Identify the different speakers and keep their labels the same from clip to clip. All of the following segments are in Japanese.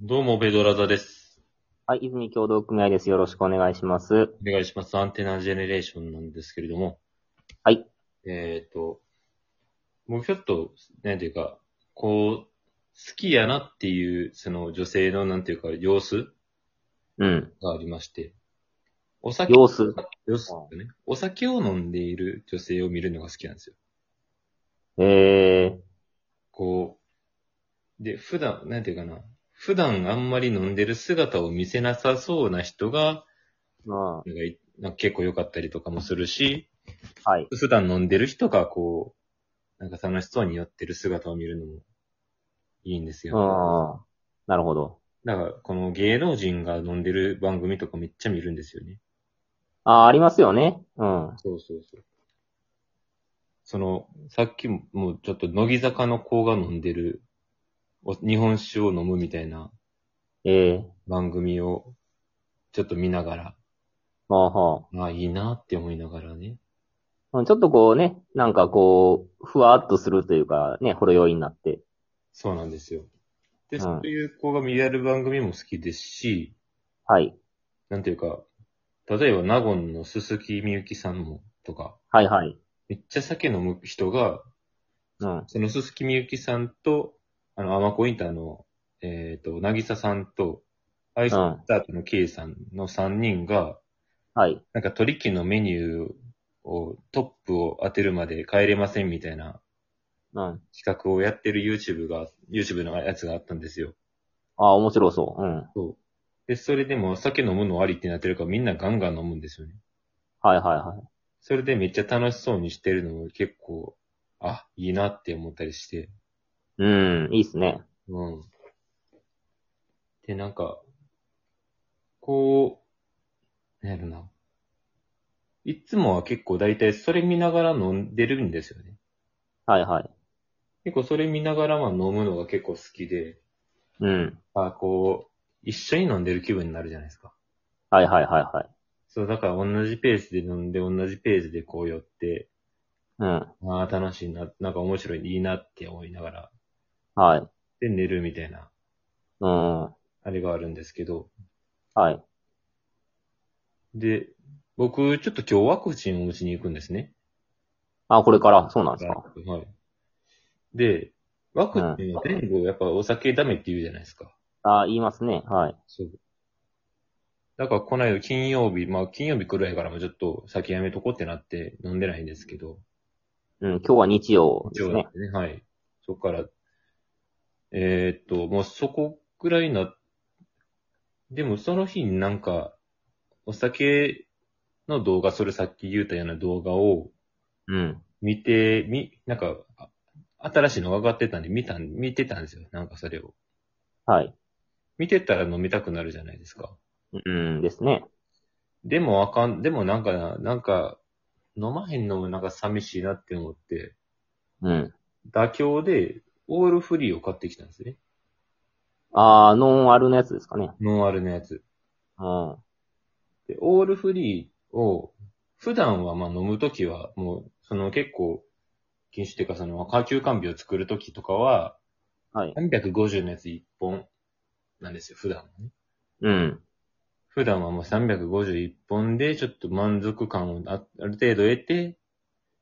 Speaker 1: どうも、ベドラザです。
Speaker 2: はい、泉協同組合です。よろしくお願いします。
Speaker 1: お願いします。アンテナジェネレーションなんですけれども。
Speaker 2: はい。
Speaker 1: えっ、と、もうちょっと、なんていうか、こう、好きやなっていう、その女性の、なんていうか、様子
Speaker 2: うん。
Speaker 1: がありまして。お酒、
Speaker 2: 様子。
Speaker 1: 様子だね。お酒を飲んでいる女性を見るのが好きなんですよ。
Speaker 2: えー、
Speaker 1: こう、で、普段、なんていうかな、普段あんまり飲んでる姿を見せなさそうな人が、
Speaker 2: ま
Speaker 1: なんかいなんか結構良かったりとかもするし、
Speaker 2: あ、はい。
Speaker 1: 普段飲んでる人がこう、なんか楽しそうに酔ってる姿を見るのもいいんです
Speaker 2: うん。
Speaker 1: よ。
Speaker 2: なるほど。
Speaker 1: だから、この芸能人が飲んでる番組とかめっちゃ見るんですよね。
Speaker 2: あー、ありますよね。うん。
Speaker 1: そうそうそう。その、さっきももうちょっと乃木坂の子が飲んでる、お日本酒を飲むみたいな
Speaker 2: えー、
Speaker 1: 番組をちょっと見ながら、
Speaker 2: まあは
Speaker 1: まあいいなって思いながらね。
Speaker 2: あうんちょっとこうね、なんかこう、ふわっとするというか、ね、ほろ酔いになって。
Speaker 1: そうなんですよ。
Speaker 2: う
Speaker 1: で、
Speaker 2: ん
Speaker 1: そういう子が見れる番組も好きですし、
Speaker 2: はい。
Speaker 1: なんていうか、例えば、ナゴンの鈴木みゆきさんも、とか、
Speaker 2: はいはい。
Speaker 1: めっちゃ酒飲む人が、
Speaker 2: うん。
Speaker 1: その鈴木みゆきさんと、あの、アマコインターの、えっ、と、なぎささんと、アイス
Speaker 2: う
Speaker 1: ス
Speaker 2: ん。
Speaker 1: タートの K さんの3人が、
Speaker 2: はい。
Speaker 1: なんか取り木のメニューを、トップを当てるまで帰れませんみたいな
Speaker 2: うん。
Speaker 1: 企画をやってる YouTube が、YouTube のやつがあったんですよ。
Speaker 2: ああ、面白そう。うん。
Speaker 1: そう。で、それでも酒飲むのありってなってるからみんなガンガン飲むんですよね。
Speaker 2: はいはいはい。
Speaker 1: それでめっちゃ楽しそうにしてるのも結構、あ、いいなって思ったりして。
Speaker 2: うん、いいっすね。
Speaker 1: うん。で、なんか、こう、なんやろな。いつもは結構大体それ見ながら飲んでるんですよね。
Speaker 2: はいはい。
Speaker 1: 結構それ見ながらまあ飲むのが結構好きで、
Speaker 2: うん。
Speaker 1: あこう、一緒に飲んでる気分になるじゃないですか。
Speaker 2: はいはいはいはい。
Speaker 1: そう、だから同じペースで飲んで、同じペースでこう寄って、
Speaker 2: うん。
Speaker 1: ああ、楽しいな、なんか面白い、いいなって思いながら、
Speaker 2: はい。
Speaker 1: で寝るみたいな。
Speaker 2: うん。
Speaker 1: あれがあるんですけど。
Speaker 2: はい。
Speaker 1: で、僕、ちょっと今日ワクチンを打ちに行くんですね。
Speaker 2: あ、これから、そうなんですか。
Speaker 1: はい。で、ワクチンの前後、やっぱお酒ダメって言うじゃないですか。
Speaker 2: ああ、言いますね。はい。
Speaker 1: そう。だから、この間金曜日、まあ金曜日くらいからもちょっと酒やめとこうってなって飲んでないんですけど、
Speaker 2: うん、今日は日曜です
Speaker 1: 一応だ
Speaker 2: ね
Speaker 1: っ。てね、はい。そこから、えーっと、もうそこくらいな、でもその日になんか、お酒の動画、それさっき言ったような動画を、
Speaker 2: うん。
Speaker 1: 見て、み、なんか、あ新しいのが上がってたんで、見たん、見てたんですよ。なんかそれを。
Speaker 2: はい。
Speaker 1: 見てたら飲みたくなるじゃないですか。
Speaker 2: うんですね。
Speaker 1: でもあかん、でもなんかな、なんか、飲まへんのもなんか寂しいなって思って、
Speaker 2: うん。
Speaker 1: 妥協で、オールフリーを買ってきたんですね。
Speaker 2: ああ、ノンアルのやつですかね。
Speaker 1: ノンアルのやつ。
Speaker 2: うん。
Speaker 1: で、オールフリーを、普段はまあ飲むときは、もう、その結構、禁酒っていうかその、下級甘味を作るときとかは、
Speaker 2: はい。
Speaker 1: 350のやつ1本なんですよ、普段はね。
Speaker 2: うん。
Speaker 1: 普段はもう351本でちょっと満足感をあある程度得て、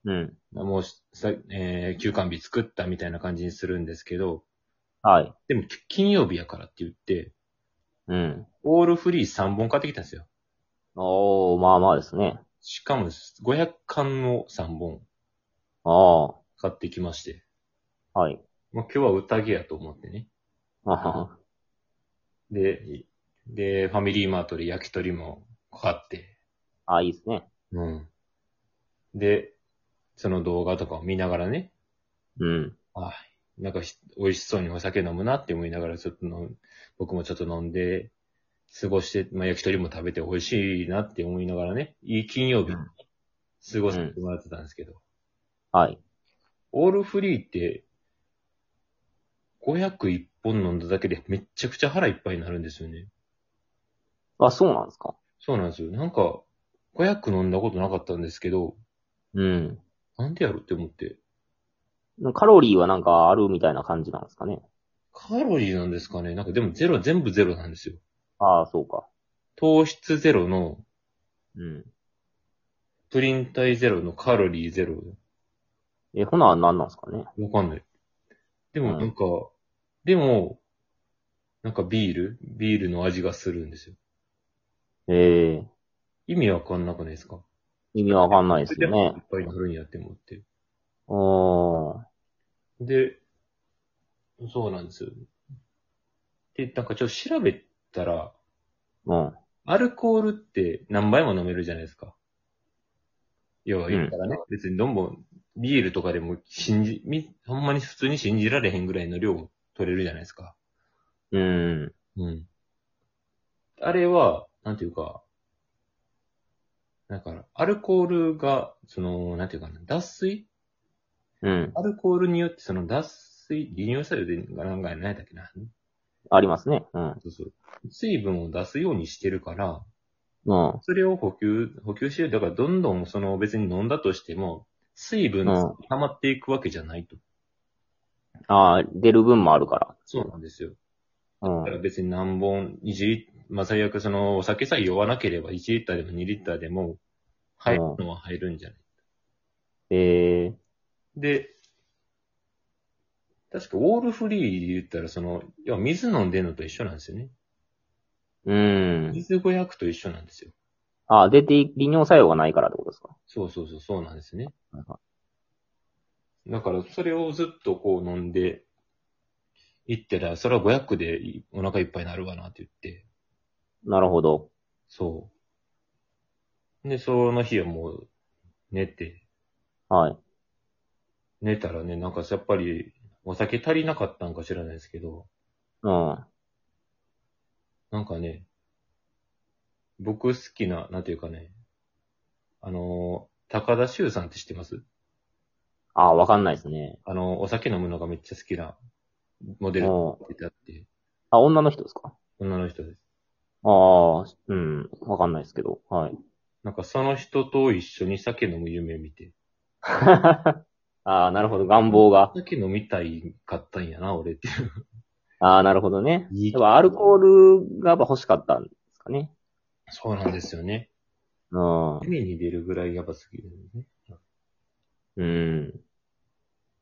Speaker 2: うん。
Speaker 1: もうしさ、えー休館日作ったみたいな感じにするんですけど、
Speaker 2: はい。
Speaker 1: でも金曜日やからって言って、
Speaker 2: うん。
Speaker 1: オールフリー3本買ってきたんですよ。
Speaker 2: おー、まあまあですね。
Speaker 1: しかも500缶の3本
Speaker 2: ああ、
Speaker 1: 買ってきまして、
Speaker 2: はい。
Speaker 1: もう今日は宴やと思ってね。
Speaker 2: あはは
Speaker 1: で、いで、ファミリーマートで焼き鳥も買って、
Speaker 2: ああ、いいですね。
Speaker 1: うん。で、その動画とかを見ながらね、
Speaker 2: うん。
Speaker 1: あ、なんかひ美味しそうにお酒飲むなって思いながら、ちょっとの僕もちょっと飲んで、過ごして、まあ、焼き鳥も食べて美味しいなって思いながらね、いい金曜日、
Speaker 2: うん
Speaker 1: 過ごしてもらってたんですけど、
Speaker 2: はい。
Speaker 1: オールフリーって、501本飲んだだけでめっちゃくちゃ腹いっぱいになるんですよね。
Speaker 2: あ、そうなんですか。
Speaker 1: そうなんですよ。なんか、500飲んだことなかったんですけど、
Speaker 2: うん。
Speaker 1: なんでやろって思って。
Speaker 2: カロリーはなんかあるみたいな感じなんですかね。
Speaker 1: カロリーなんですかねなんかでもゼロ、全部ゼロなんですよ。
Speaker 2: ああ、そうか。
Speaker 1: 糖質ゼロの、
Speaker 2: うん。
Speaker 1: プリン体ゼロのカロリーゼロ。
Speaker 2: え、ほな、何なんすかね。
Speaker 1: わかんない。でも
Speaker 2: うん
Speaker 1: なんか、でも、なんかビールビールの味がするんですよ。
Speaker 2: ええ
Speaker 1: 意味わかんなくないですか
Speaker 2: 意味わかんないですよ
Speaker 1: いっ
Speaker 2: ね。
Speaker 1: ぱいになるんやって思って。
Speaker 2: おー。
Speaker 1: で、そうなんですよ。で、なんかちょっと調べたら、
Speaker 2: うん。
Speaker 1: アルコールって何杯も飲めるじゃないですか。要は言ったらね、別にどんどんビールとかでも信じ、み、ほんまに普通に信じられへんぐらいの量を取れるじゃないですか。
Speaker 2: うん。
Speaker 1: うん。あれは、なんていうか、だから、アルコールが、その、なんていうかな、脱水
Speaker 2: うん。
Speaker 1: アルコールによって、その脱水、利尿作用で、なんか、ないだっけな。
Speaker 2: ありますね。うん。
Speaker 1: そうそう。水分を出すようにしてるから、
Speaker 2: うん。
Speaker 1: それを補給、補給してる。だから、どんどん、その、別に飲んだとしても、水分が溜まっていくわけじゃないと。
Speaker 2: ああ、出る分もあるか
Speaker 1: そうなんですよ。
Speaker 2: ら。うん
Speaker 1: だか。ら別に何本、1リまあ、最悪その、お酒さえ酔わなければ1リッターでも2リッターでも、入るのは入るんじゃない、
Speaker 2: ええ
Speaker 1: で、確かウォールフリーで言ったら、その、要は水飲んでんのと一緒なんですよね。
Speaker 2: うん。
Speaker 1: 水500と一緒なんですよ。
Speaker 2: ああ、出てい、利尿作用がないからってことですか。
Speaker 1: そうそうそう、そうなんですね
Speaker 2: はいは。
Speaker 1: だから、それをずっとこう飲んで、いったら、それは500でお腹いっぱいになるわなって言って。
Speaker 2: なるほど。
Speaker 1: そう。で、その日はもう、寝て、
Speaker 2: はい。
Speaker 1: 寝たらね、なんかやっぱり、お酒足りなかったんか知らないですけど、
Speaker 2: うん。
Speaker 1: なんかね、僕好きな、なんていうかね、あのー、高田修さんって知ってます
Speaker 2: ああ、わかんないですね。
Speaker 1: あのー、お酒飲むのがめっちゃ好きなモ
Speaker 2: う
Speaker 1: デル
Speaker 2: ん。
Speaker 1: ってあって、
Speaker 2: あ、女の人ですか
Speaker 1: 女の人です。
Speaker 2: ああ、うん。わかんないですけど。はい。
Speaker 1: なんかその人と一緒に酒飲む夢見て、
Speaker 2: ああ、なるほど。願望が。
Speaker 1: 酒飲みたいかったんやな、俺って。
Speaker 2: ああ、なるほどね。
Speaker 1: いい
Speaker 2: やっぱアルコールがやっぱ欲しかったんですかね。
Speaker 1: そうなんですよね。
Speaker 2: うん。
Speaker 1: 夢に出るぐらいやっぱ好きなんですね。
Speaker 2: うん。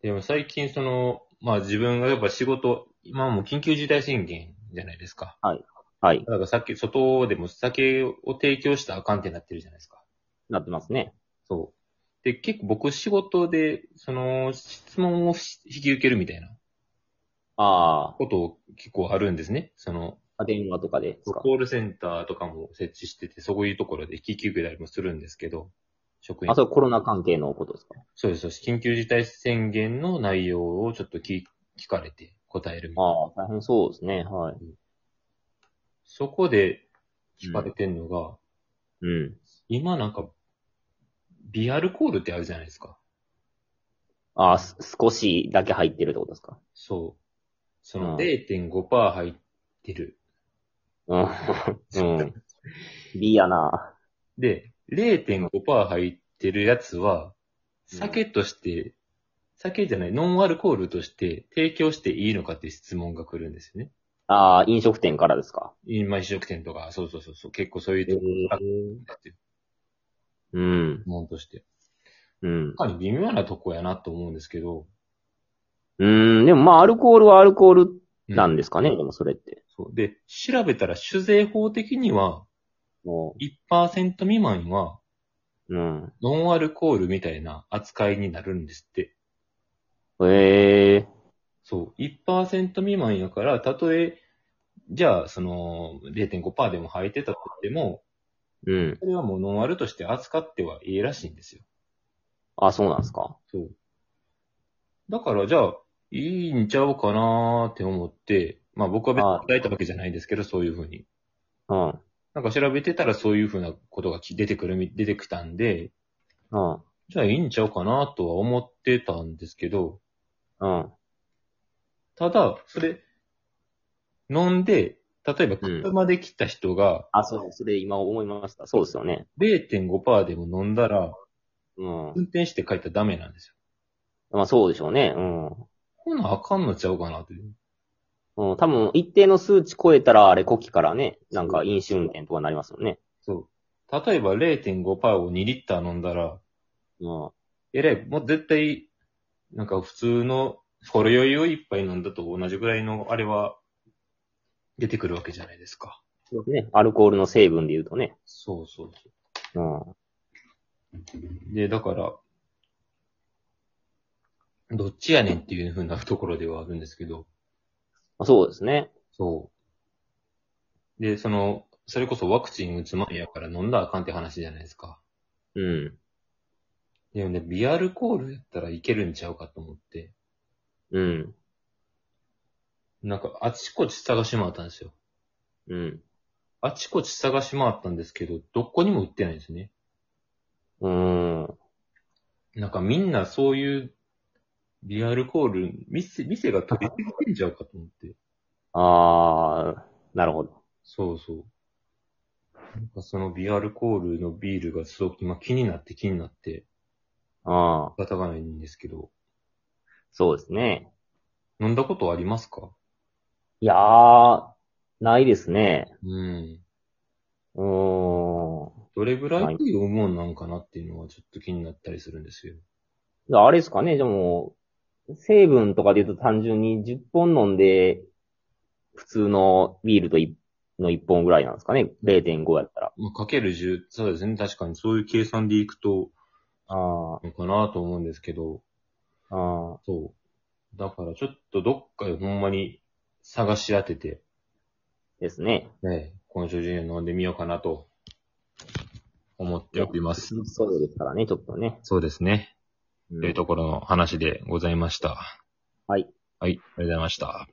Speaker 1: でも最近その、まあ自分がやっぱ仕事、今もう緊急事態宣言じゃないですか。
Speaker 2: はい。
Speaker 1: だからさっき外でも酒を提供したらあかんってなってるじゃないですか。
Speaker 2: なってますね。
Speaker 1: そう。で、結構僕仕事で、その、質問をし引き受けるみたいな
Speaker 2: あ
Speaker 1: こと結構あるんですね。その、
Speaker 2: あ、電話とかでですか。
Speaker 1: コールセンターとかも設置してて、そういうところで引き受けたりもするんですけど、職員
Speaker 2: あ、それコロナ関係のことですか。
Speaker 1: そうです。そうです緊急事態宣言の内容をちょっと聞聞かれて答えるみたいな。
Speaker 2: ああ、大変そうですね。はい。
Speaker 1: そこで聞かれてんのが、
Speaker 2: うん。
Speaker 1: 今なんか、ビアルコールってあるじゃないですか。
Speaker 2: ああ、す少しだけ入ってるってことですか。
Speaker 1: そう。そうの
Speaker 2: ん
Speaker 1: 0.5%入ってる。
Speaker 2: うん。うん。B やな。
Speaker 1: で、0.5%入ってるやつは、
Speaker 2: うん
Speaker 1: 酒として、酒じゃない、ノンアルコールとして提供していいのかっていう質問が来るんですよね。
Speaker 2: ああ、飲食店からですか。
Speaker 1: 今、飲食店とか、そうそうそうそう、結構そういう
Speaker 2: ええ
Speaker 1: とこだっていう
Speaker 2: うん。
Speaker 1: 質問として。
Speaker 2: うん。
Speaker 1: 確かに微妙なとこやなと思うんですけど、
Speaker 2: うん。でもまあ、アルコールはアルコール
Speaker 1: うん
Speaker 2: なんですかね。でもそれって。
Speaker 1: そう。で、調べたら酒税法的には、
Speaker 2: も
Speaker 1: 1%未満は、
Speaker 2: う。うん。
Speaker 1: ノンアルコールみたいな扱いになるんですって。
Speaker 2: ええ
Speaker 1: そう。1%未満やから、たとえ、じゃあ、その、0.5%でも入ってたとしても、
Speaker 2: うん。
Speaker 1: それはもうノンアルとして扱ってはいいらしいんですよ。
Speaker 2: あ、そうなんですか。
Speaker 1: そう。だから、じゃあ、いいんちゃうかなーって思って、まあ僕は別に答えたわけじゃないですけど、そういうふうに。
Speaker 2: うん。うん。
Speaker 1: なんか調べてたらそういうふうなことがき出てくるみ、出てきたんで、
Speaker 2: うん。
Speaker 1: じゃあいいんちゃうかなとは思ってたんですけど、
Speaker 2: うん。
Speaker 1: ただ、それ、飲んで、例えば車で来た人が
Speaker 2: あ、そう、それ今思いました。そうですよね。
Speaker 1: 0.5%でも飲んだら、
Speaker 2: うん。
Speaker 1: 運転して帰ったらダメなんですよ。
Speaker 2: まあそうでしょうね。うん。
Speaker 1: こんなんあかんのちゃうかなって。
Speaker 2: うん、多分、一定の数値超えたら、あれ、呼気からね、なんか飲酒運転とかになりますよね。
Speaker 1: そう。例えば0.5%を2リッター飲んだら、
Speaker 2: うん。
Speaker 1: えらい、もう絶対、なんか普通の、ほろ酔いを一杯飲んだと同じぐらいの、あれは、出てくるわけじゃないですか。
Speaker 2: そうですね。アルコールの成分で言うとね。
Speaker 1: そうそうそ
Speaker 2: うん。
Speaker 1: う。で、だから、どっちやねんっていう風なところではあるんですけど、
Speaker 2: そうですね。
Speaker 1: そう。で、その、それこそワクチン打つ前やから飲んだらあかんって話じゃないですか。
Speaker 2: うん。
Speaker 1: でもね、ビアルコールやったらいけるんちゃうかと思って、
Speaker 2: うん。
Speaker 1: なんかあちこち探し回ったんですよ。
Speaker 2: うん。
Speaker 1: あちこち探し回ったんですけど、どこにも売ってないんですね。
Speaker 2: うーん。
Speaker 1: なんかみんなそういうビアルコール、店、店が取り付けてんちゃうかと思って。
Speaker 2: あー、なるほど。
Speaker 1: そうそう。なんかそのビアルコールのビールがすごく今気になって気になって、
Speaker 2: あー、
Speaker 1: 仕方がないんですけど、
Speaker 2: そうですね。
Speaker 1: 飲んだことありますか
Speaker 2: いやー、ないですね。
Speaker 1: うん。
Speaker 2: うーん。
Speaker 1: どれぐらいっていうもんなんかなっていうのはちょっと気になったりするんですよ。
Speaker 2: じゃああれですかね、でも、成分とかで言うと単純に10本飲んで、普通のビールといの1本ぐらいなんですかね。0.5やったら。
Speaker 1: まあ、かける10、そうですね。確かにそういう計算でいくと、
Speaker 2: あ
Speaker 1: のかなと思うんですけど、
Speaker 2: あ、ああ、
Speaker 1: そう。だからちょっとどっかでほんまに探し当てて、
Speaker 2: ですね。
Speaker 1: ね、今週中に飲んでみようかなと、思っております。
Speaker 2: そうですからね、ちょっとね。
Speaker 1: そうですね。
Speaker 2: うん
Speaker 1: というところの話でございました。
Speaker 2: はい。
Speaker 1: はい、ありがとうございました。